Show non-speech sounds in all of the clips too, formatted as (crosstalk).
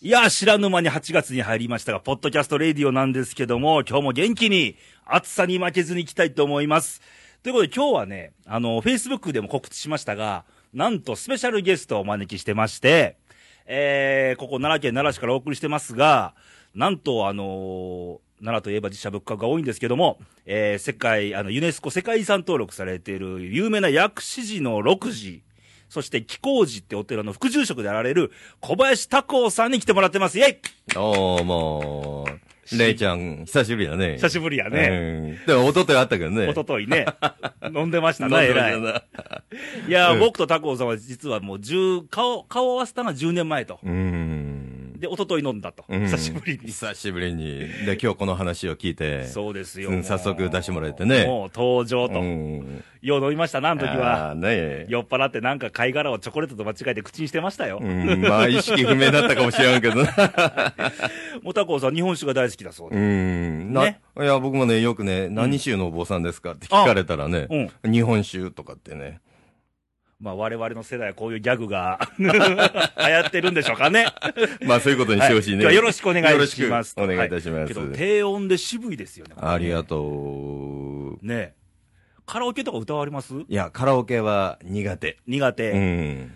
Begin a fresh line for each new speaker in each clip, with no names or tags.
いや、知らぬ間に8月に入りましたが、ポッドキャストレディオなんですけども、今日も元気に暑さに負けずにいきたいと思います。ということで今日はね、あの、Facebook でも告知しましたが、なんとスペシャルゲストをお招きしてまして、えー、ここ奈良県奈良市からお送りしてますが、なんとあのー奈良といえば自社仏閣が多いんですけども、えー、世界、あの、ユネスコ世界遺産登録されている有名な薬師寺の6時、そして貴光寺ってお寺の副住職であられる小林拓夫さんに来てもらってます。イェイ
どうもー。レイちゃん、久しぶりだね。
久
し
しぶりや
ぶ
ね。
ね。うん。でも、一昨日あったけどね。
一昨日
(laughs)
ね。飲んでましたね、
飲んでま
偉い
した。ない
やー、
うん
僕と拓夫さんは実はもう10、顔、顔を合わせたのは10年前と。
うーん。
で、一昨日飲んだと。
うん
久しぶりに。
久しぶりに。で、今日この話を聞いて。
そうですよ。
うん
もう
早速出してもらえてね
もう登場と。
ん。
よう飲みましたな、あの時は。
あーね
酔っ払ってなんか貝殻をチョコレートと間違えて口にしてましたよ。
うん。まあ、意識不明だったかもしれんけど
(laughs)
な。
もたこさん、日本酒が大好きだそう
う
で。
ん。な、
ね
いや、僕もね、よくね、何州のお坊さんですかって聞かれたらね、日本酒とかってね。
まあ、我々の世代はこういうギャグが (laughs) 流行ってるんでしょうかね。
まあ、そういうことにしてほしいね。
はい今日はよろしくお願いします。
よろしくお願いいたし
は
ま
け
す。
ど、低音で渋いですよね。
ありがとう。
ねえカラオケとか歌われます
いや、カラオケは苦手。
苦手、
うん。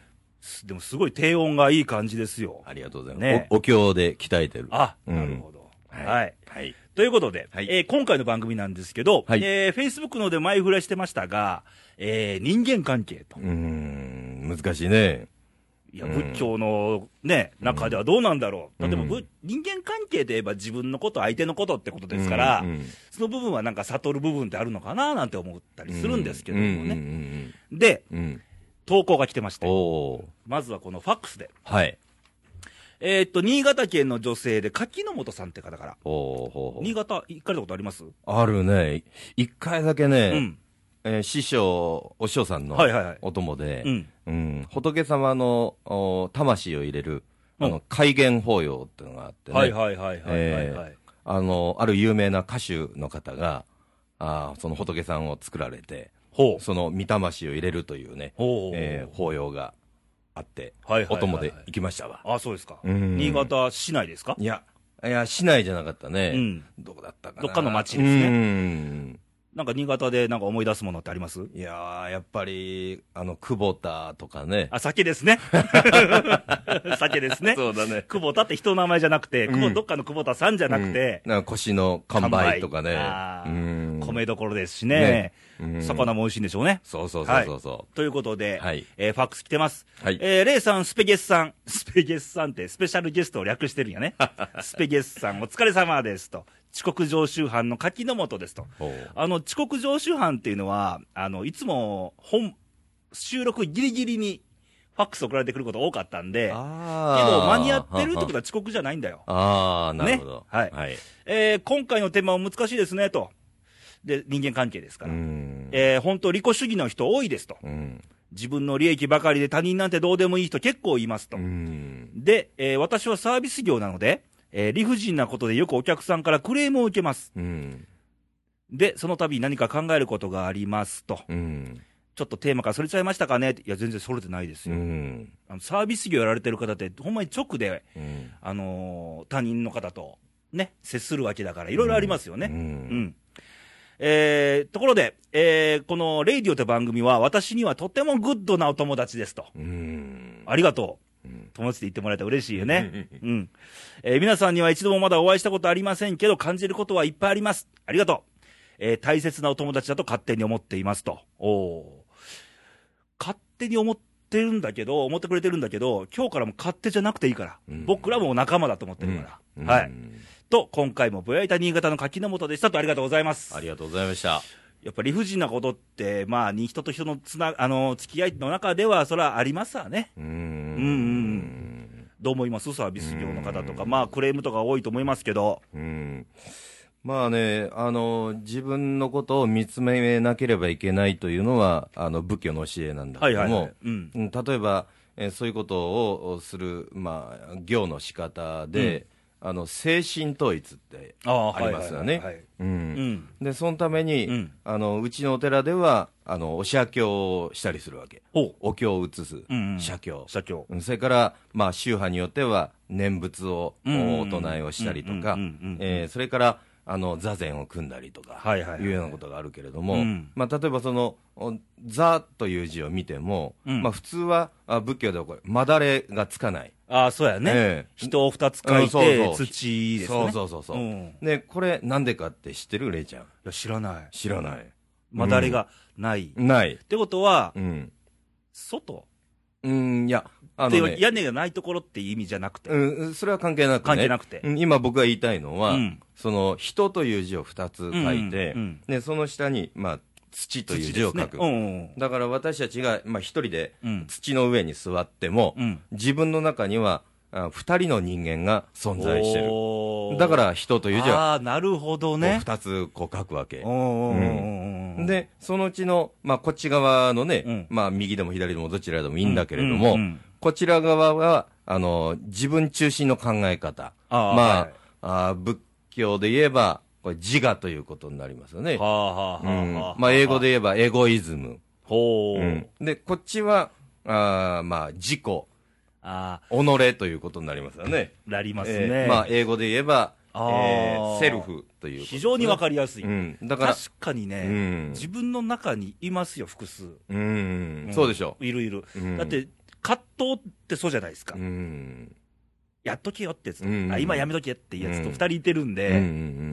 でもすごい低音がいい感じですよ。
ありがとうございます。
ね
おお経で鍛えてる。
あ、
うん
なるほど。
はい
はい
はい。
ということで、
はい
えー今回の番組なんですけど、
はい
えー、Facebook の方で前触れしてましたが、えー、人間関係と
う。ーん、難しいね。
いや、
うん
仏教のね、中ではどうなんだろう。
うん
でも、ぶ人間関係で言えば自分のこと、相手のことってことですから、
うんうん
その部分はなんか悟る部分ってあるのかななんて思ったりするんですけども
うんうん
ね。で、
うんうんうん。
投稿が来てまして、
おー。
まずはこのファックスで。
はい。
えーっと、新潟県の女性で柿の本さんって方から。
おー、ほうほう
新潟行かれたことあります
あるね。一回だけ
う
ね、
ん。
えー師匠、お師匠さんの
はいはいはい
お供で
う、ん。
うん仏様のお魂を入れる、あ
うん
の、戒厳法要っていうのがあってね。
はいはいはいはいはいはい。
あの、ある有名な歌手の方が、あーその仏さんを作られて、
ほう。
その御魂を入れるというね、
ほう。
えー法要があって、
はいはいはいはい
お供で行きましたわ。
あ、そうですか。
うん
新潟市内ですか
いや、いや、市内じゃなかったね。
うん
どこだったかな。
どっかの町ですね
うん
なんか新潟でなんか思い出すものってあります
いやー、やっぱり、あの、久保田とかね。
あ、酒です
(laughs)
ね。酒ですね。
そうだね。
久保田って人の名前じゃなくて、
うん
久保どっかの久保田さんじゃなくて
う、んなんか腰の完売とかね。
あー
うん
米どころですしね
ねう。ん
魚も美味しいんでしょうね。
そうそうそうそうそ
ということで、
はい
えーファックス来てます。
はい
えーレイさん、スペゲスさん。スペゲスさんってスペシャルゲストを略してるん
(laughs)
やね。スペゲスさん、お疲れ様ですと。遅刻常習犯の柿の本ですと。
う。ほう
あの、遅刻常習犯っていうのは、あの、いつも、本、収録ギリギリに、ファックス送られてくること多かったんで、け
あ
ど、
ー
間に合ってるってことは遅刻じゃないんだよ。
ああ、なるほど。
ねはいえー今回のテーマは難しいですね、と。で、人間関係ですか
う
ら。
ん。
えー本当、利己主義の人多いですと。
うん。
自分の利益ばかりで他人なんてどうでもいい人結構いますと
う。ん。
で、えー私はサービス業なので、えー理不尽なことでよくお客さんからクレームを受けます。
うん。
で、その度何か考えることがありますと。
うん。
ちょっとテーマからそれちゃいましたかねっていや、全然それてないです
う
よ。
ん。
あのサービス業やられてる方って、ほんまに直で、
うん
あのー他人の方とね、接するわけだから、いろいろありますよね。う
う
ん。
ん。
えーところで、えーこのレイディオという番組は、私にはとてもグッドなお友達ですと。
うん。
ありがとう
うん。
友達で言ってもらえたら嬉しいよね。うん。えー皆さんには一度もまだお会いしたことありませんけど、感じることはいっぱいあります。ありがとう。えー大切なお友達だと勝手に思っていますと。おー勝手に思ってるんだけど、思ってくれてるんだけど、今日からも勝手じゃなくていいから。
うん
僕らも仲間だと思ってるから。
うん
はい。。と、今回もぼやいた新潟の柿の本でしたとありがとうございます。
ありがとうございました。
やっぱ理不尽なことって、まあ、に人と人のつな、あの、付き合いの中では、それはありますわね。
う
うん
ん。
どう思いますサービス業の方とか、まあ、クレームとか多いと思いますけど。
うん。まあね、あの、自分のことを見つめなければいけないというのは、あの、仏教の教えなんだ
は
け
い
ど
はい、は
も
い、。うん。
うん例えば、えーそういうことをする、まあ、行の仕方で、あの精神統一って
あ
ありますよ
はいはいはい
ね。う
はいうんん。
でそのために、
うん
あのうちのお寺ではあのお写経をしたりするわけ
ほう。
お経を移す、
うんうん
写経
社長。
うんそれから、まあ、宗派によっては念仏を
うんうんうん
お唱えをしたりとか
うんうんうんうん
えーそれからあの座禅を組んだりとか、
はいはいはい
いうようなことがあるけれども、
うん
まあ、例えばそのお「座」という字を見ても、
うん
まあ、普通はあ仏教ではこれまだれがつかない。
ああ、そうやね。
ええ
人を二つ書い
うん
て、
そうそう
土ですね。
そうそうそうそう、
うん
でこれなんでかって知ってるレイちゃん
いや、知らない。
知らない
まだれがない。っ
ない
てことは、
うん、
外
うん、いやあ
って
の、
いう
ね
屋根がないところっていう意味じゃなくて。
うん、それは関係なくね
関係なくて
うん今僕が言いたいのは、
うん
その「人」という字を2つ書いて、
うんうん
でその下に、まあ、土という字を書
土
く、
ですねうんうん
だから私たちが、まあ、一人で
うん
土の上に座っても、
うん。
自分の中にはあ2人の人間が存在してる
る
だから「人」という字は
ああ、なるほどね。
2つこう書くわけ
おーおーおーおー、
でそのうちの、まあ、こっち側のね、
うん
まあ、右でも左でもどちらでもいいんだけれども、
うんうん
こちら側はあの自分中心の考え方
あー
まあ,、
はい
あー仏教で言えばこれ自我ということになりますよね、
はあはあはあ
うん
はあ。
まあ、英語で言えばエゴイズム、
ほう。
うんでこっちはあー、まあ、自己
あ
己ということになりますよね
あ、なりますね。
えーまあ、英語で言えば、え
あー
ーセルフということですね、
非常にわかりやすい。
うん、だから
確かにね、
うん
自分の中にいますよ、複数。
うん、そうでしょ
いるいる。
うん
だって、葛藤ってそうじゃないですか。
う、うん
やっとけよってやつ、
うん
あ今やめとけってやつと
うん
二人いてるんで、っ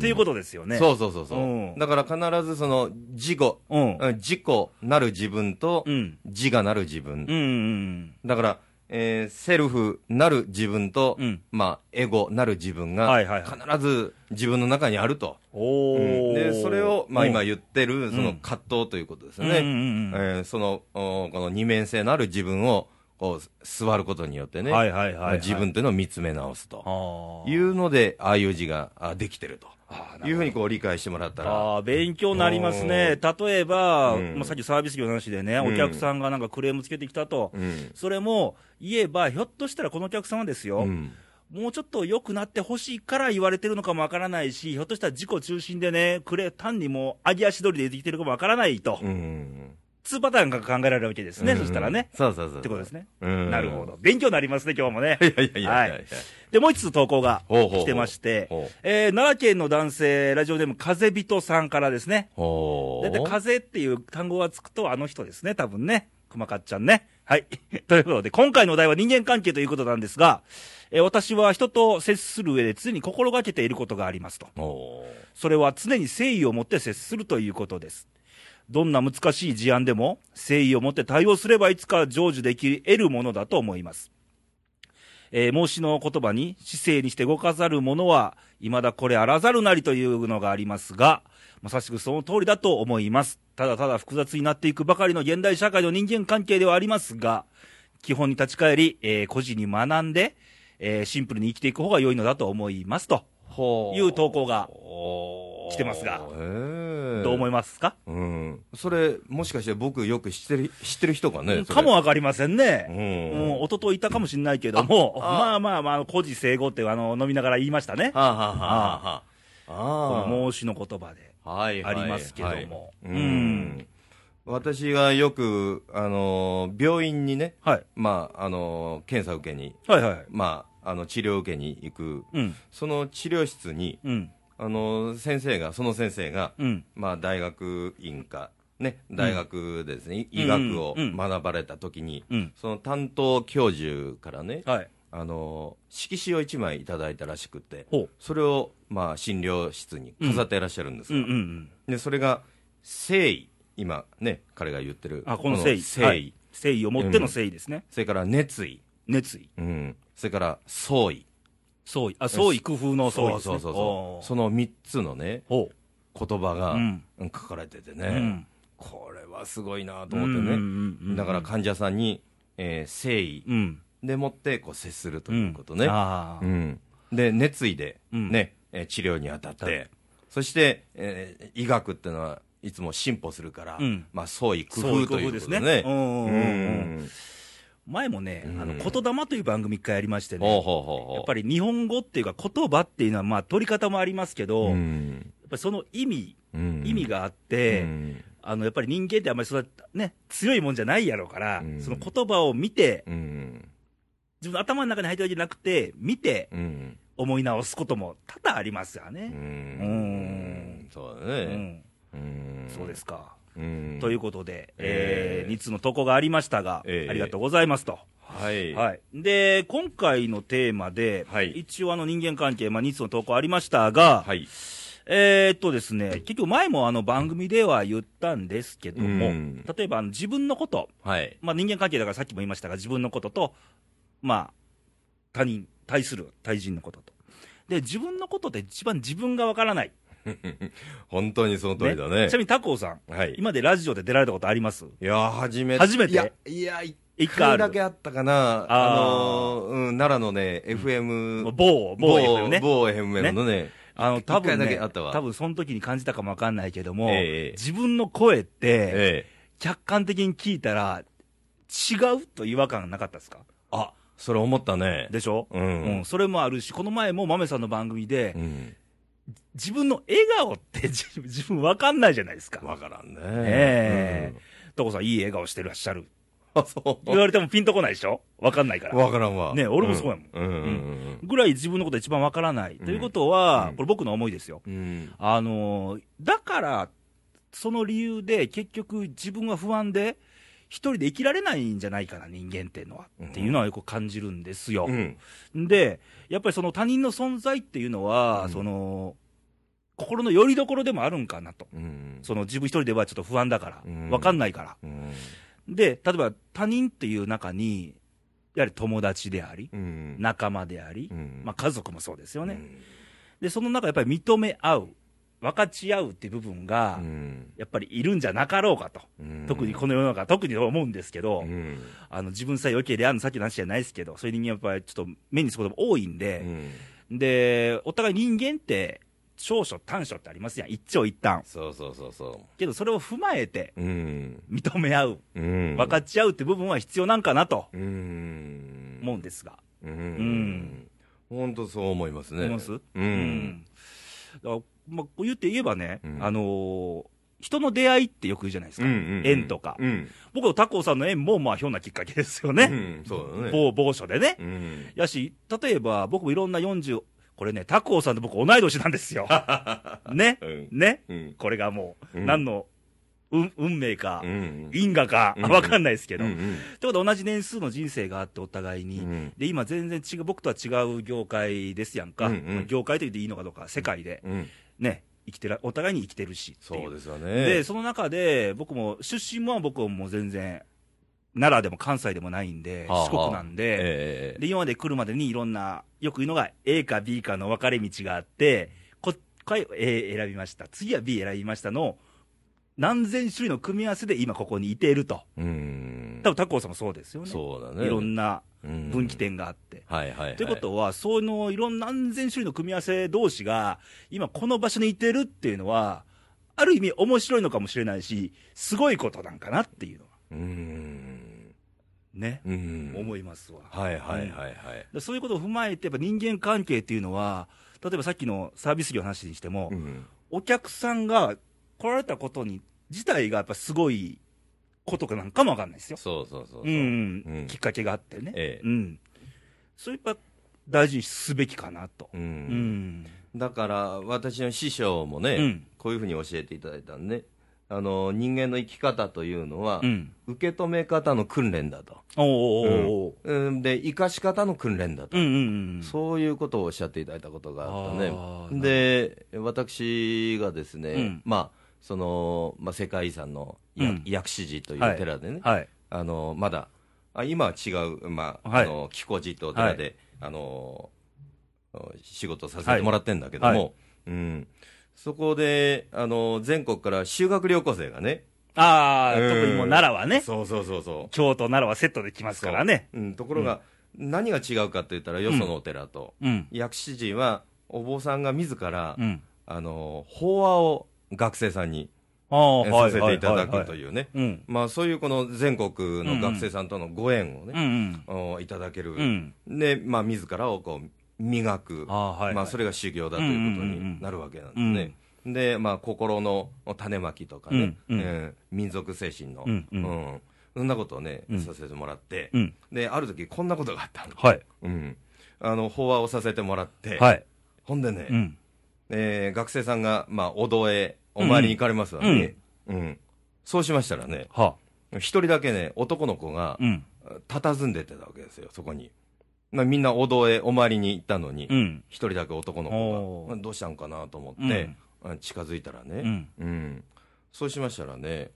ていう
と
ことですよね。
そうそうそうそう、
うん
だから必ずその自己、
うん。
うん自己なる自分と
うん。
自我なる自分、
うん。うん。
だから、えーセルフなる自分と、
うん
まあ、エゴなる自分
は
が
いはいはい
必ず自分の中にあると、
お
うん
ー
でそれを、まあ、今
うん
言ってるその葛藤ということですね、
うんうんうんうん
えーそのおこの二面性のある自分をこう座ることによってね、
はいはいはいはい
自分というのを見つめ直すと
あー
いうのでああいう字があできてると
あー
いうふうにこう理解してもらったら
ああ、勉強になりますね。例えば、
うん
まあ、さっきサービス業の話でね、
うん
お客さんがなんかクレームつけてきたと。
うん
それも言えば、ひょっとしたらこのお客様ですよ、
うん
もうちょっと良くなってほしいから言われてるのかもわからないし、ひょっとしたら自己中心でね、くれ、単にもう、上げ足取りで出てきてるかもわからないと、
うん
2パターンが考えられるわけですね、
うん
そしたらね。
そうそうそうそう
ってことですね。
うん
なるほど。勉強になりますね、今日もね。
(laughs) いやいやいやいや
はいいで、もう一つ投稿が
ほうほうほう
来てまして
ほう、
えー奈良県の男性、ラジオネーム、風人さんからですね。
ほ
だ
う
いたい風っていう単語がつくと、あの人ですね、多分ね。熊かっちゃんね。はい。 (laughs) ということで、今回のお題は人間関係ということなんですが、えー私は人と接する上で常に心がけていることがありますと。
ほう
それは常に誠意を持って接するということです。どんな難しい事案でも誠意を持って対応すればいつか成就でき得るものだと思います。えー、孟子の言葉に、姿勢にして動かざる者は、未だこれあらざるなりというのがありますが、まさしくその通りだと思います。ただただ複雑になっていくばかりの現代社会の人間関係ではありますが、基本に立ち返り、えー個人に学んで、えーシンプルに生きていく方が良いのだと思います。と
ほ
いう投稿が
稿
来てますが
ど
どう思いますか、
うん、それ、もしかして僕、よく知ってる知ってる人がね、それ
かも、わかりません
う
ね。うんん、一昨日いたかもしれないけども、
ああ
まあまあまあ、孤児生後ってあの飲みながら言いましたね。
はあ、はあはあはあ、あ
孟子の言葉で。
あ、はいはい
ありますけども
はいう
うん
ん、私がよく、あの病院にね、
はい。
まああの検査受けに、
はいはい。
まあ、あの治療受けに行く、
うん。
その治療室に、
うん。
あの先生が、その先生が、
うん。
まあ、大学院か、ね、大学でですね、医学を
うんうん
学ばれたときに、
うん。
その担当教授からね、
はい。
あの色紙を1枚いただいたらしくて、
ほう。
それを、まあ、診療室に飾っていらっしゃるんです
うん
が、
うんうん。
でそれが誠意、今ね、彼が言ってる、
あ、この誠意。
誠意、
はい誠意を持っての誠意ですね。
それから熱意、
熱意。
うん、それから創意、
創意。あ、創意工夫の創意
そ
ですね。
うそうそう
お
そ
ー
う、その3つのね、
ほう。
言葉が、
うん
うん書かれててね、
ん
これはすごいなと思って
うんう
ね、
んうんうん
だから患者さんに、えー誠意
うん。
でもってこう接すると
ん
いうことね。
ああ。
うん、で熱意で、
うん
ねえー治療に当たって、そして、えー医学っていうのはいつも進歩するから、
うん
まあ、創意工
創意
夫
工
とい
夫
うこ
で
と
す
で
ね
ね
うんうんうんうん前もね、あの
うん
言霊という番組一回やりまして
ほう
ね、
ほうほうほう。
やっぱり日本語っていうか、言葉っていうのは、まあ、取り方もありますけど、
う
やっ
ん
ぱりその意味、
うん
意味があって、
うん
あのやっぱり人間ってあんまりそんなね、強いもんじゃないやろうから、
うん
その言葉を見て、
うん
自分の頭の中に入ってるわけじゃなくて、見て
うん
思い直すことも多々ありますよ
う
ね。
んそうだ
うん
ね。うん
そうですか。
うん
ということで、え
え
ー
ー
2通の投稿がありましたが、
えー
ありがとうございますと。
はい。
はい、で今回のテーマで、
はい
一応あの人間関係、まあ、2つの投稿ありましたが、
はい。
えーっとですね、結局前もあの番組では言ったんですけども、
うん
例えばあの自分のこと、
はい。
まあ、人間関係だからさっきも言いましたが、自分のことと、まあ、他人、対する対人のことと。で、自分のことで一番自分がわからない。
本当にその通りだ
ち
ね
な。みに他校さん、
はい。
今までラジオで出られたことあります
いやー、初めて。
初めて
いや、いや、一
一回ある
回だけあったかな。
あー
あのー、うん、奈良のね、FM。
某、某 FM ね。
某 FM のね。
あの、多分
一回だ
ね、
けあったわ
多分その時に感じたかもわかんないけども、
ええ
自分の声って、
ええ。
客観的に聞いたら、違うと違和感なかったですか
あ、それ思ったね。
でしょ、
う
うんん、それもあるし、この前も豆さんの番組で、
うん。
自分の笑顔って (laughs) 自分自分わかんないじゃないですか。
わからんね。
ええトコさん、いい笑顔してらっしゃる。
うんあ、そ
言われてもピンとこないでしょわかんないから。
わからんわ。
ね俺もそうやもん
うん。うん
ぐらい自分のこと一番わからない。ということは、
うん
これ僕の思いですよ。
うんうん。
あのーだから、その理由で結局自分は不安で、一人で生きられないんじゃないかな、人間っていうのは。っていうのはよく感じるんですよ。
うん。
で、やっぱりその他人の存在っていうのは、
うん
その、心の拠り所でもあるんかなと。
うん。
その自分一人ではちょっと不安だか
う
ら、
ん
わかんないから。
うん。
で、例えば他人っていう中に、やはり友達であり、
うん。
仲間であり
う、ん、
まあ、家族もそうですよ
あ
ね。で、その中やっぱり認め合う、分かち合うっていう部分が、
うん。
やっぱりいるんじゃなかろうかと。特にこの世の中、特に思うんですけど、
うん。
あの自分さえ良ければ、あのさっきの話じゃないですけど、そういう人間やっぱりちょっと目にすることも多いん
う
で、
ん。
で、お互い人間って、長所短所ってありますやん。一長一短。
そうそうそうそ
けどそれを踏まえて、
う。うん。
認め合う、
うん。
分かち合うって部分は必要なんかなと
うん。
思うんですが。
う
うん
ん。本当そう思いますね。
思います
う。
うんん。だから、まあ、こう言って言えばね、
うん
あのー人の出会いってよく言うじゃないです
う
か。
んうんうん
縁とか。
うん。
僕とタコさんの縁も、まあ、ひょんなきっかけですよ
う
ね。
ん。そうだね。
某、某所でね。
うん。
やし、例えば、僕もいろんな40、これね、タコさんと僕同い年なんです
(laughs)
よ。ね。
うん
ね。
うん。
これがもう、
うん
何の、運運命か、
うん。
因果か、
うん
わかんないですけど。
う
っ
ん
てことは同じ年数の人生があって、お互いに。
うん
で、今全然違う、僕とは違う業界ですやんか。
うんうん
まあ業界と言っていいのかどうか、世界で。
うん。
ね、生きてら、お互いに生きてるしってい
そうですよね。
で、その中で、僕も、出身も僕ももう全然、奈良でも関西でもないんで、
はあはあ
四国なんで、
ええ
で、今まで来るまでにいろんな、よく言うのが A か B かの分かれ道があって、ここれ A 選びました、次は B 選びましたの、何千種類の組み合わせで今ここにいていると。
うん。
多分、タコさんもそうですよね。
そうだね。
いろんな
うん
分岐。点があって。
はいはいはい。
ということは、そのいろんな何千種類の組み合わせ同士が、今この場所にいてるっていうのは、ある意味面白いのかもしれないし、すごいことなんかなっていうのは、
うん。
ね、
うん。
思いますわ。
はいはいはいはい。
でそういうことを踏まえて、やっぱ人間関係っていうのは、例えばさっきのサービス業の話にしても、
ん。
お客さんが来られたことに、自体がやっぱすごいことかなんかもわかんないですよ。
そうそうそうそう。
うん、
うん
きっかけがあってね。
ええ
うん。そういった大事にすべきかなと。
う。
うんん。
だから、私の師匠もね、
うん
こういうふうに教えていただいたんで、あの、人間の生き方というのは、
うん
受け止め方の訓練だと。
おーおーおー
うん、で、生かし方の訓練だと。
うんうんうん。
そういうことをおっしゃっていただいたことがあ
あーなるほど
ったね。で、私がですね、
うん
まあ、その、まあ、世界遺産のや
うん
薬師寺とい
はいう
寺でね、
はい。
あの、まだ、あ今は違う、まあ、
はい
あの、木古寺とお寺で、あの、仕事させてもらってんだけども、
はいはい
うん。そこで、あの、全国から修学旅行生がね、
ああ、
うん
特にもう奈良はね、
そうそうそうそう。
京都、奈良はセットで来ますからね。
そう。うん、ところが、何が違うかって言ったら、よそのお寺と、
うん。
薬師寺は、お坊さんが自ら、
うん。
あの、法話を学生さんに
あああ、は
さ
い。
せていた
は
だく
い
と
はいはい
いうね、
うん。
まあ、そういうこの全国の学生さんとのご縁を
うんう
ね、
ん。
おいただける、
うん。
で、まあ、自らをこう磨く、
ああ、はいはい。
まあ、それが修行だということになるわけなんですね。で、まあ、心の種まきとかね、
うんうん
えー民族精神の、
うんうん
うんそんなことをね、
うん
させてもらって、
うん。
で、ある時こんなことがあったの。
はい。
うん、あの法話をさせてもらって、
はい。
ほんでね、
うん。
えー学生さんが、まあ、お堂へお参りに行かれますわね、うんそうしましたらね、
は
一人だけね、男の子が
あ。うん。
佇んでてたわけですよ、そこに。まあ、みんなお堂へお参りに行ったのに、
うん。
一人だけ男の子
おー
が、まあどうしたんかなと思って、あ近づいたら
う
ね、
ん。
うんそうしましたらね、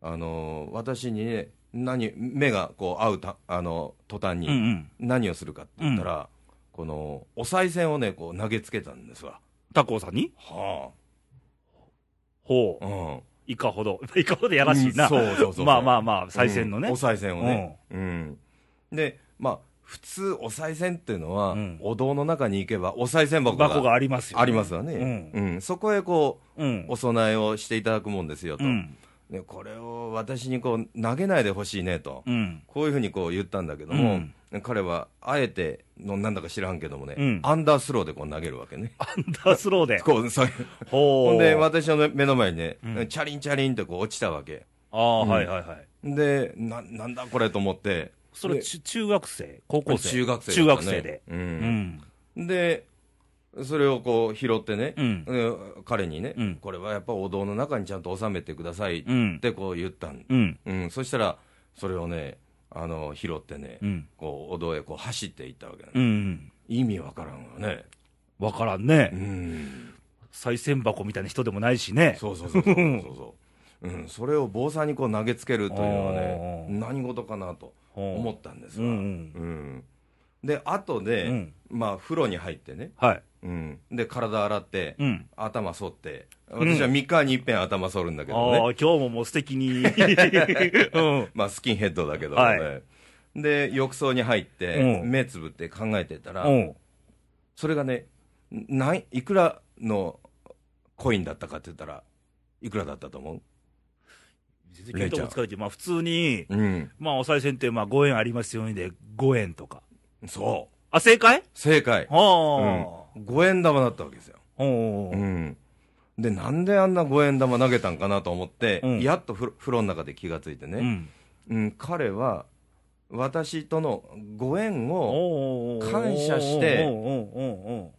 あのー私にね、何目がこう合うたあの途端に、
うんうん。
何をするかって言ったら、このお賽銭をねこう投げつけたんですわ
タコさんに
は
ほ
あ
う。
うん
いかほど。 (laughs) いかほどやらしいな。
うんそうそうそ
(laughs)
う
まあまあまあ、再選の
うん
ね
お。賽銭をねうんでまあ普通お賽銭っていうのは、
うん
お堂の中に行けばお賽銭箱が
箱がありますよ。
ありますわね、うんそこへこう
うん。
お供えをしていただくもんですよと、
うん。
でこれを私にこう投げないでほしいねと、
うん。
こういうふうにこう言ったんだけども、彼はあえてのなんだか知らんけどもね、
うん
アンダースローでこう投げるわ
(laughs)
けね
アンダースロー
(laughs)
で。
こうそう
ほう。
ほんで、私の目の前にね、
うん
チャリンチャリンってこう落ちたわけ。
ああ、はいはいはい。
で、な、なんだこれと思って。
それ、
で
ち中学生高校生
中学生、
中学生で。。
う。
うんん。
で、それをこう拾ってね、
うん
うん彼にね、
うん
これはやっぱお堂の中にちゃんと収めてくださいっ
うん。
てこう言ったん。
うん。
うん。そしたら、それをね、あの、拾ってね、
うん。
こう、お堂へこう走っていったわけなの、
うん。
意味わからんわね。
わからんね
う。ん。
再銭箱みたいな人でもないしね。
そうそうそうそうそうそう、うん、それを坊さんにこう投げつけるというのはね、
あー
何事かなと思
思
ったんです
う
が、うん
ん
で、後
う
で、
ん。うん。
まあ、風呂に入ってね、
はい。
うん、で、体洗って、
うん。
頭剃って、
うん
私は3日に一遍頭剃るんだけ
ああ
どね、
ー、今日ももう素敵
(laughs)
に。うん。
まあ、スキンヘッドだけどね、
は
で、浴槽に入って、
うん
目つぶって考えてたら、
うん。
それがねない、いくらのコインだったかって言ったら、いくらだったと思う、
全然見当もつかないけど、まあ普通に、
うん、
まあお賽銭って、まあ5円ありますようにで、5円とか。
そ
あ、正解
う、正解。
はあ。
五円玉だったわけですよ、
おうおう
でなんであんな五円玉投げたんかなと思って、
うん
やっとふろ風呂の中で気がついて
う
ね、
ん。
うん彼は私とのご縁を
おうおうおう
感謝して
おうおうお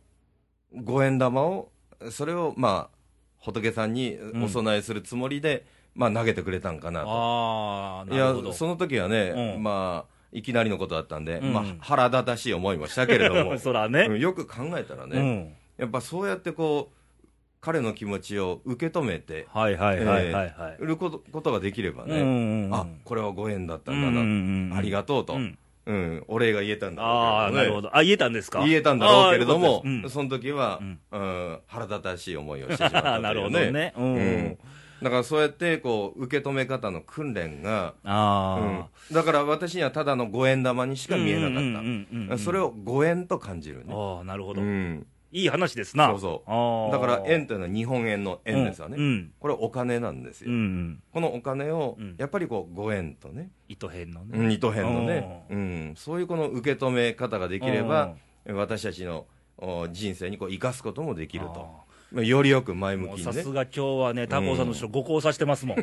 うおう
五円玉をそれをまあ仏さんに
ん
お供えするつもりで、まあ、投げてくれたんかなと
ああ、
い
なる
や
ほど。
その時はね、
うん
まあいきなりのことだったんで、
うん
まあ、腹立たしい思いもしたけれど
(laughs) (laughs)
も、
そら
う
ね。
んよく考えたらね、
うん。
やっぱそうやってこう彼の気持ちを受け止めて
はいはいはいはいはい。
売ることことができればね、
ね
あこれはご縁だったんだな、
ん
ありがとうと、
うん
うんお礼が言えたんだ
ああ、
ろうけどね
なるほど。あ、言えたんですか
言えたんだろうけれども、
あーよかったです
その時は、
うん
うん腹立たしい思いをしてし
う
まっ
ん
た
な
と
る
い
ほ
う
ど
ね
ね。う
うん
ん。
だからそうやってこう受け止め方の訓練が、うん
あ
だから私にはただの五円玉にし
あ。
か見えなかった、
か
それ。を五円と感じるね、
ああ、なるほ
う
ど。
ん、
いい話ですな。
そうそう
う
だから円というのは日本円の円ですよね、
うん。
これお金なんです
う
よ、
ん。
このお金を
うん
やっぱりこう五円とね、
糸編のね。
うん、糸編のね、うん、そういうこの受け止め方ができれば、私たちのお人生にこう生かすこともでき
うん、
ると、
あ
まあ、よりよく前
ー。
向
もう
き
さ
にね
す、が今日はね、タコさんの人、五校さしてますもん。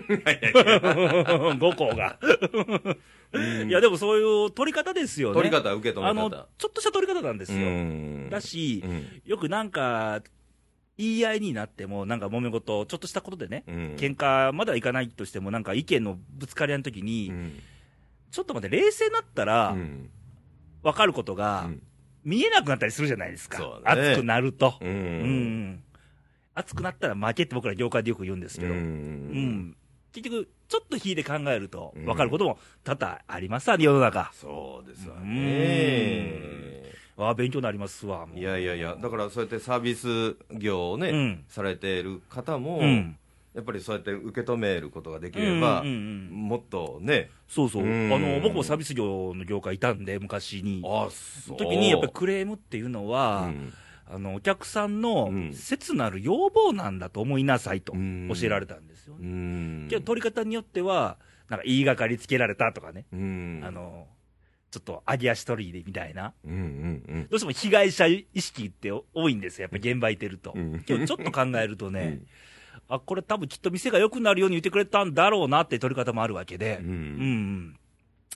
五校が。いや、でもそういう取り方ですよね。
取り方、受け止
あ
め
の、ち
方
ょ。っとした取り方なんです
う
よ。
ん
だし
う、ん
よくなんか、言い合いになっても、なんか揉め事、ちょっとしたことでね、
うん
喧嘩まではいかないとしても、なんか意見のぶつかり合いの時に、
うん
ちょっと待って、冷静になったら、
うん
分かることが、見えなくなったりするじゃないですか、
そうだね
熱くなると、
うんう
うんん、熱くなったら負けって僕ら業界でよく言うんですけど、うん結局、ちょっと引いて考えると、分かることも多々ありますわね、世の中。
そうですわね
ああ、勉強になりますわ、もう
いやいやいやだからそうやってサービス業をね、
うん
されている方も、
うん
やっぱりそうやって受け止めることができれば、
うんうんうん
もっとね
そうそう、
うん
あの僕もサービス業の業界いたんで、昔に。
あそう
時にやっぱりクレームっていうのは、
うん
あのお客さんの
うん
切なる要望なんだと思いなさいと
うん
教えられたんですよね、
ん
けど取り方によっては、なんか言いがかりつけられたとかね、
うん
あのちょっと揚げ足取りでみたいな、
うんうん
どうしても被害者意識って多いんですよ、やっぱり現場行ってると、
うん
けどちょっと考えると
うん
ね、あこれ、多分きっと店が良くなるように言ってくれたんだろうなって取り方もあるわけで、う
う
ん
ん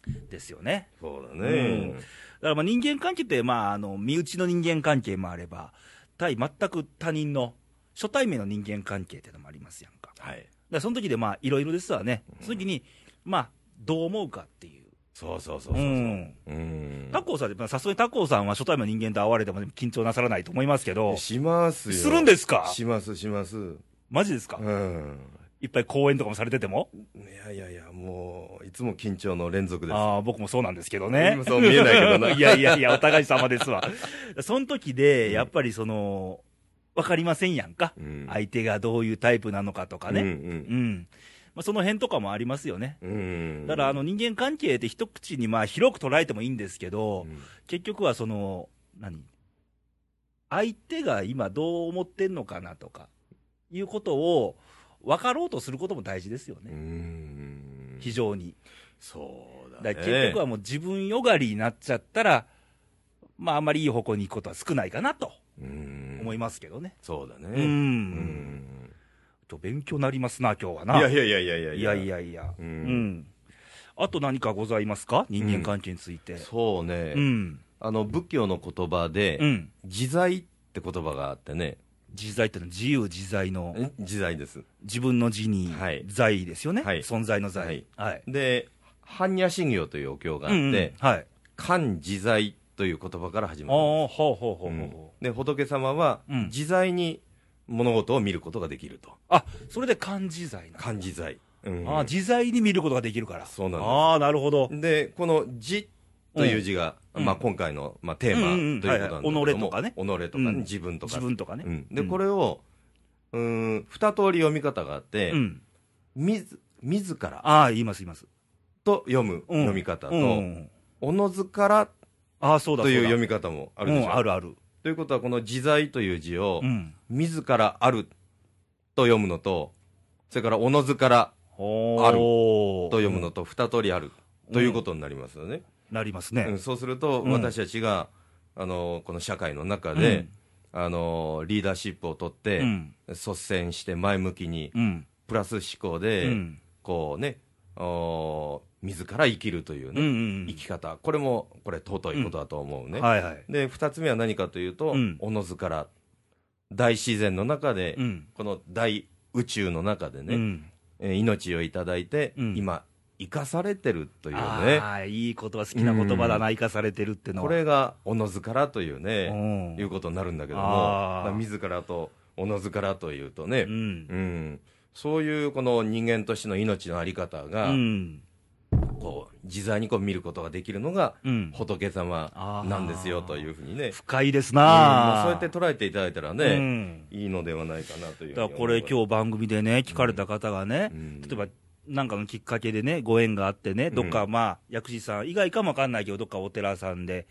うんですよね。
そうだ
うん
ね
だからまあ人間関係って、まあ、あの身内の人間関係もあれば、対全く他人の初対面の人間関係ってのもありますやんか。
はい
だからその時でまあいろいろですわね、その時にまあどう思うかっていう、
そうそうそうそううんうん
タコさんでまあさすがにタコさんは初対面の人間と会われても緊張なさらないと思いますけど、
しますよ
するんですか、
しますしますう
マジですか、
ん
いっぱい講演とかもされてても、
いやいやいやもういつも緊張の連続です
あー僕もそうなんですけどね、
そう見えないけどな
(laughs)
い
やいやいや、お互い様ですわ、その時でやっぱりその、分かりませんやんか、
うん
相手がどういうタイプなのかとか
う
ね、うんんまあ、その辺とかもありますよね。
うんうん
だからあの人間関係って一口にまあ広く捉えてもいいんですけど、
うん
結局はその、何相手が今どう思ってんのかなとか、いうことを分かろうとすることも大事ですよ
う
ね。
ん
非常に。
そうだ
だから
ね
結局はもう自分よがりになっちゃったら、まああんまりいい方向に行くことは少ないかなと
うん
思いますけどね。
そうだ
うん。
ねう
ちょ勉強になりますな、今日はいな。
やいやいやいやいや
いやいやいや
う
うんん。あと何かございますか人間関係について。
そうね、
うん。
あの仏教の言葉で、
うん。
自在って言葉があってね、
自在ってのは自由自在の。
自在です。
自分の自に
はい
在ですよね、
はい
存在の在、は
はいい
はい
で、般若心経というお経があっ
う
て、
んうんはい、
漢自在という言葉から始
ああ
まるん
ほうほうほうほう、
です、うんで、仏様は、
うん
自在に物事を見ることができると。
あそれで漢字在な、
漢自在。うん
ああ自在に見ることができるから
そうなんです
ああなるほど
で、この自という字が、
うん
まあ、今回の、まあ、テーマ
うん
と
うんうん
いうことなんだけども、
はいはい己とかね
己とか
う
ね
ん
自分とか。
自分とかね
うんで、
うん
これを、うーん、二通り読み方があって、
うん
みず、自ら
ああ言います言います、
と読む
うん、
読み方と、
うん
おのずから
ああそうだ
と
そうだ
いう読
み
み方もあるでしょ、
うん、あるある、
ということはこの「自在」という字を
うん、
「自らある」と読むのとそれから「おのずから
お
ある
と」
と読むのと二通りあるということになりますよね、
なります
う
ね
ん、そうすると
うん
私たちが、あのこの社会の中で、あのリーダーシップを取って、
うん
率先して前向きに
うん
プラス思考
う
で、
ん
こうねお自ら生きるという
うんう
ね、
ん
生き方これもこれ尊いことだと思うね、
はいはい
で2つ目は何かというと、
うん
おのずから大自然の中で、
うん
この大宇宙の中でね、
うん
えー命をいただいて、
うん
今生かされてるというね
ああいい言葉好きな言葉だな、生かされてるってのは
これがおのずからという
う
ね、
ん
いうことになるんだけども
あー
まあ自らとおのずからというとね、
う
うん
ん
そういうこの人間としての命のあり方
う
が、
ん
こう自在にこう見ることができるのが
うん
仏様なんですよというふうにね、
深いです
うんま
な
あそうやって捉えていただいたらね、
うん
いいのではないかなという
だからこれ
日、
今日番組でね聞かれた方がね、
うん
例えばなんかのきっかけでねご縁があってね、
ん
どっかまあ薬師さん以外かもわかんないけどどっかお寺さんで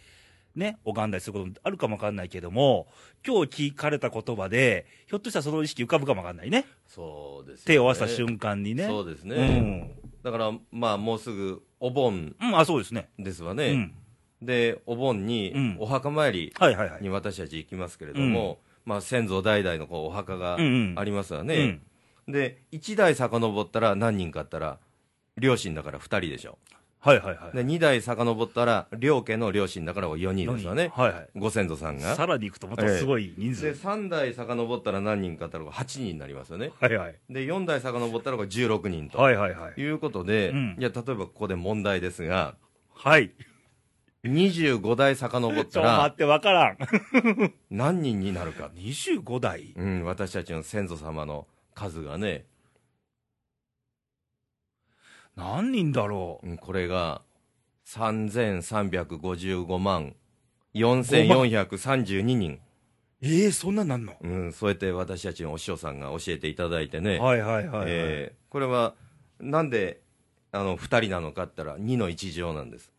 ね拝んだりすることもあるかもわかんないけども今日聞かれた言葉でひょっとしたらその意識浮かぶかもわかんないね
そうですよね
手を合わせた瞬間にね
そうですね、
うん
だからまあもうすぐお盆
うん、あそうですね
ですわ
う
ね、
ん
でお盆
うん
にお墓参り
はいはいはい
に私たち行きますけれども、まあ、先祖代々のこうお墓が
うんうん
ありますわね、で1代遡ったら何人かあったら両親だから2人でしょ
はいはいはい
で2代遡ったら両家の両親だから4人ですわね
はいはい
ご先祖さんが
さらにいくとまたすごい人数、
で3代遡ったら何人かあったら8人になりますよね
はいはい
で4代遡ったらこれ16人と
はいはいはい
いうことで、
うん
いや例えばここで問題ですが
はい
25代遡っ
ち
た
ょ待
ら
ってわからん
何人になるか、
25代
うん、私たちの先祖様の数がね、
何人だろう
うんこれが3355万4432人、
ええそんなんなんの
うん、そうやって私たちのお師匠さんが教えていただいてね、
はいはいはい、はい
えーこれはなんであの2人なのかって言ったら2の1乗なんです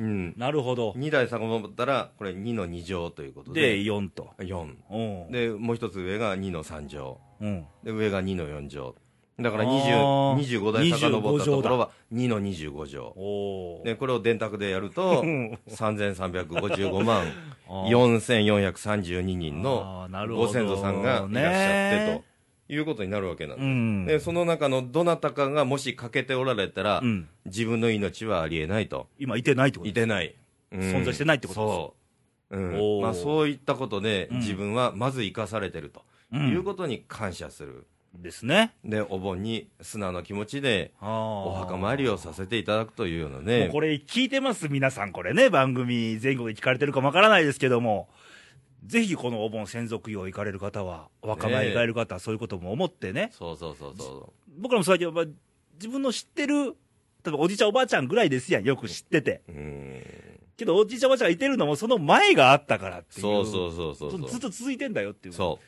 うん。
なるほど。
2台遡ったら、これ2の2乗ということ
で、
で、
4と。
4。
うん。
で、もう一つ上が2の3乗。
うん。
で、上が2の4乗。だから
あー
20 25台遡ったところは2の25乗。
おー
で、これを電卓でやる
(laughs)
と、3355万
あー
4432人
あー
の
なるほ
ご
ど
先祖さんがいらっしゃって
ね
ということになるわけなん
う
です。
ん。
で、その中のどなたかがもし欠けておられたら、
うん
自分の命はありえないと。
今いてないってこと
いてない。うん
存在してないってことです
そう。う
おー
ん。まあそういったことで、
ん
自分はまず生かされてると、
うん
いうことに感謝する。
ですね。
で、お盆に素直な気持ちで、お
お
墓参りをさせていただくというような
もう
ね。
これ聞いてます皆さんこれね、番組全国で聞かれてるかもわからないですけども、ぜひこのお盆専属用行かれる方は、お墓参り行かれる方はそういうことも思ってね、
そうそうそうそう。
僕らもそうだけど、まあ自分の知ってる、例えばおじいちゃんおばあちゃんぐらいですやん、よく知ってて。
うん
けどおじいちゃんおばあちゃんがいてるのもその前があったからっていう。
そうそうそうそうそう
ずっと続いてんだよっていう。
そ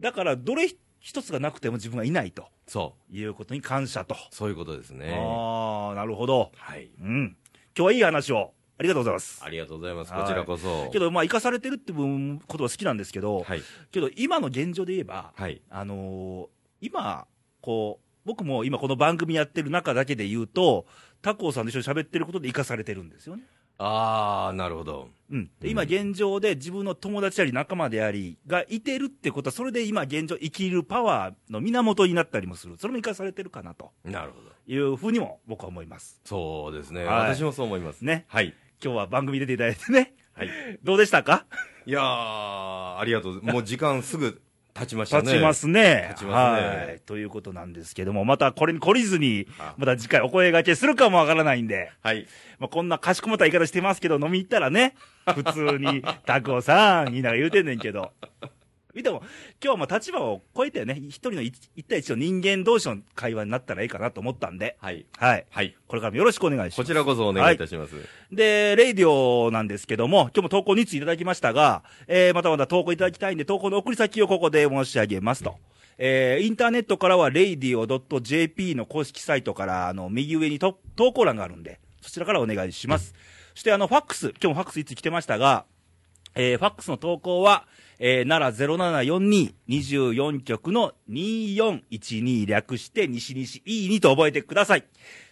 だから、どれ一つがなくても自分がいないと
うそう
いうことに感謝と。
そういうことですね
ああ、なるほど。
はい
うん。今日はいい話を、ありがとうございます。
ありがとうございます
はい
こちらこそ
けど、まあ、生かされてるって分、ことは好きなんですけど、
はい
けど、今の現状で言えば、
はい
あのー今、こう、僕も今この番組やってる中だけで言うと、他校さんと一緒に喋ってることで生かされてるんですよね。
ああなるほど
うん。で
うん
今現状で自分の友達やり仲間であり、がいてるってことは、それで今現状生きるパワーの源になったりもする。それも生かされてるかなと
なるほど
いうふうにも僕は思います。
そうですね
はい
私もそう思います
ね。
はい
今日は番組出ていただいてね。
はい
どうでしたか
いやーありがとうもう時間すぐ経ちましたね
立ちますね。
立ちますね
はい。ということなんですけども、またこれに懲りずに
あ、
また次回お声掛けするかもわからないんで、
はい
まあ、こんなかしこまった言い方してますけど、飲み行ったら
(laughs)
ね、普通に、タコさん、みんなが言うてんねんけど。見ても、今日はもう立場を超えてね、一人の一一対一の人間同士の会話になったらいいかなと思ったんで、
はい
はい。
はい
これからもよろしくお願いし
こ
ます
ち。らこそお願いいたします
で、レイディオなんですけども、今日も投稿2ついただきましたが、えー、またまた投稿いただきたいんで、投稿の送り先をここで申し上げますと。えー、インターネットからは、radio.jp の公式サイトから、あの、右上にと投稿欄があるんで、そちらからお願いします。そして、あの、ファックス、今日もファックスいつ来てましたが、えー、ファックスの投稿は、えー、奈良074224局の2412略して西西 E2 と覚えてください。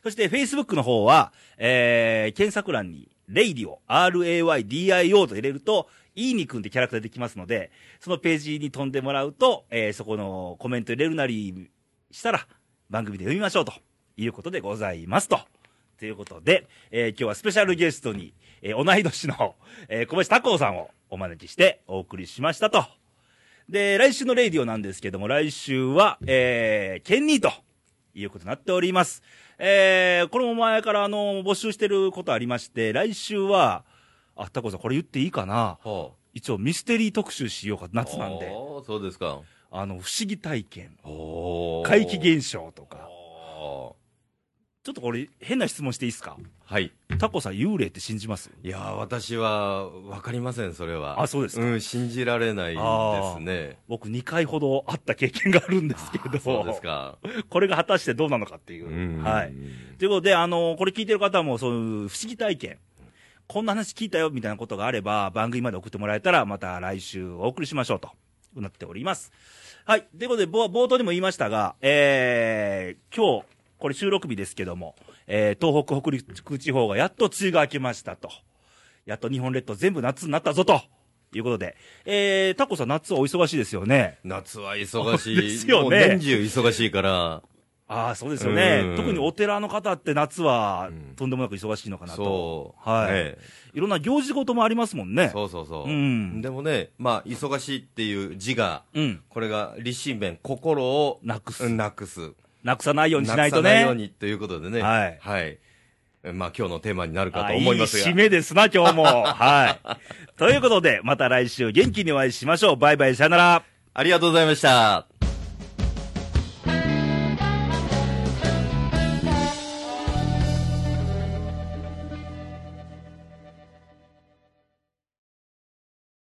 そして Facebook の方は、えー、検索欄に、レイディオ、RAYDIO と入れると、E にくんってキャラクターできますので、そのページに飛んでもらうと、えー、そこのコメント入れるなりしたら、番組で読みましょうということでございますと。ということで、えー今日はスペシャルゲストに、えー同い年の、えー小林太郎さんをお招きしてお送りしましたと。で、来週のレイディオなんですけども、来週は、えー、ケンニーということになっております。えー、これも前からあの、募集してることありまして、来週は、あ、タコさんこれ言っていいかな
ほう
一応ミステリー特集しようか、夏なんで。
おーそうですか
あの、不思議体験、
おお
怪奇現象とか。
お
ちょっとこれ変な質問していいですか
ーはい
タコさん幽霊って信じます
いやー私は分かりません、それは。
あそうですか
ん、信じられないですね。
僕2回ほど会った経験があるんですけど、
(laughs) そうですか。
(laughs) これが果たしてどうなのかっていう。
うん
はい。ということで、あの、これ聞いてる方も、そういう不思議体験、こんな話聞いたよみたいなことがあれば、番組まで送ってもらえたら、また来週お送りしましょうと、なっております。はい。ということで、ぼ冒頭にも言いましたが、えー、今日、これ収録日ですけども、えー、東北、北陸地方がやっと梅雨が明けましたと。やっと日本列島全部夏になったぞと。いうことで、えー、タコさん夏はお忙しいですよね。
夏は忙しい。
ですよね
もう年中忙しいから、
ああ、そうですよね
う。ん
特にお寺の方って夏は
うん
とんでもなく忙しいのかなと
そ。う。
はい、
ね
いろんな行事事もありますもんね。
そうそうそう。
うん
でもね、まあ、忙しいっていう字が、
うん。
これが立身弁、心を
なくす
うんなくす。
なくさないようにしないと
くさないよう
ね。
にということでね。
はい
はい。まあ、今日のテーマになるか
あい
と
い
思いますが。
締めですな、今日も。
(laughs)
はい。ということで、また来週元気にお会いしましょう。バイバイ、さよなら。
ありがとうございました。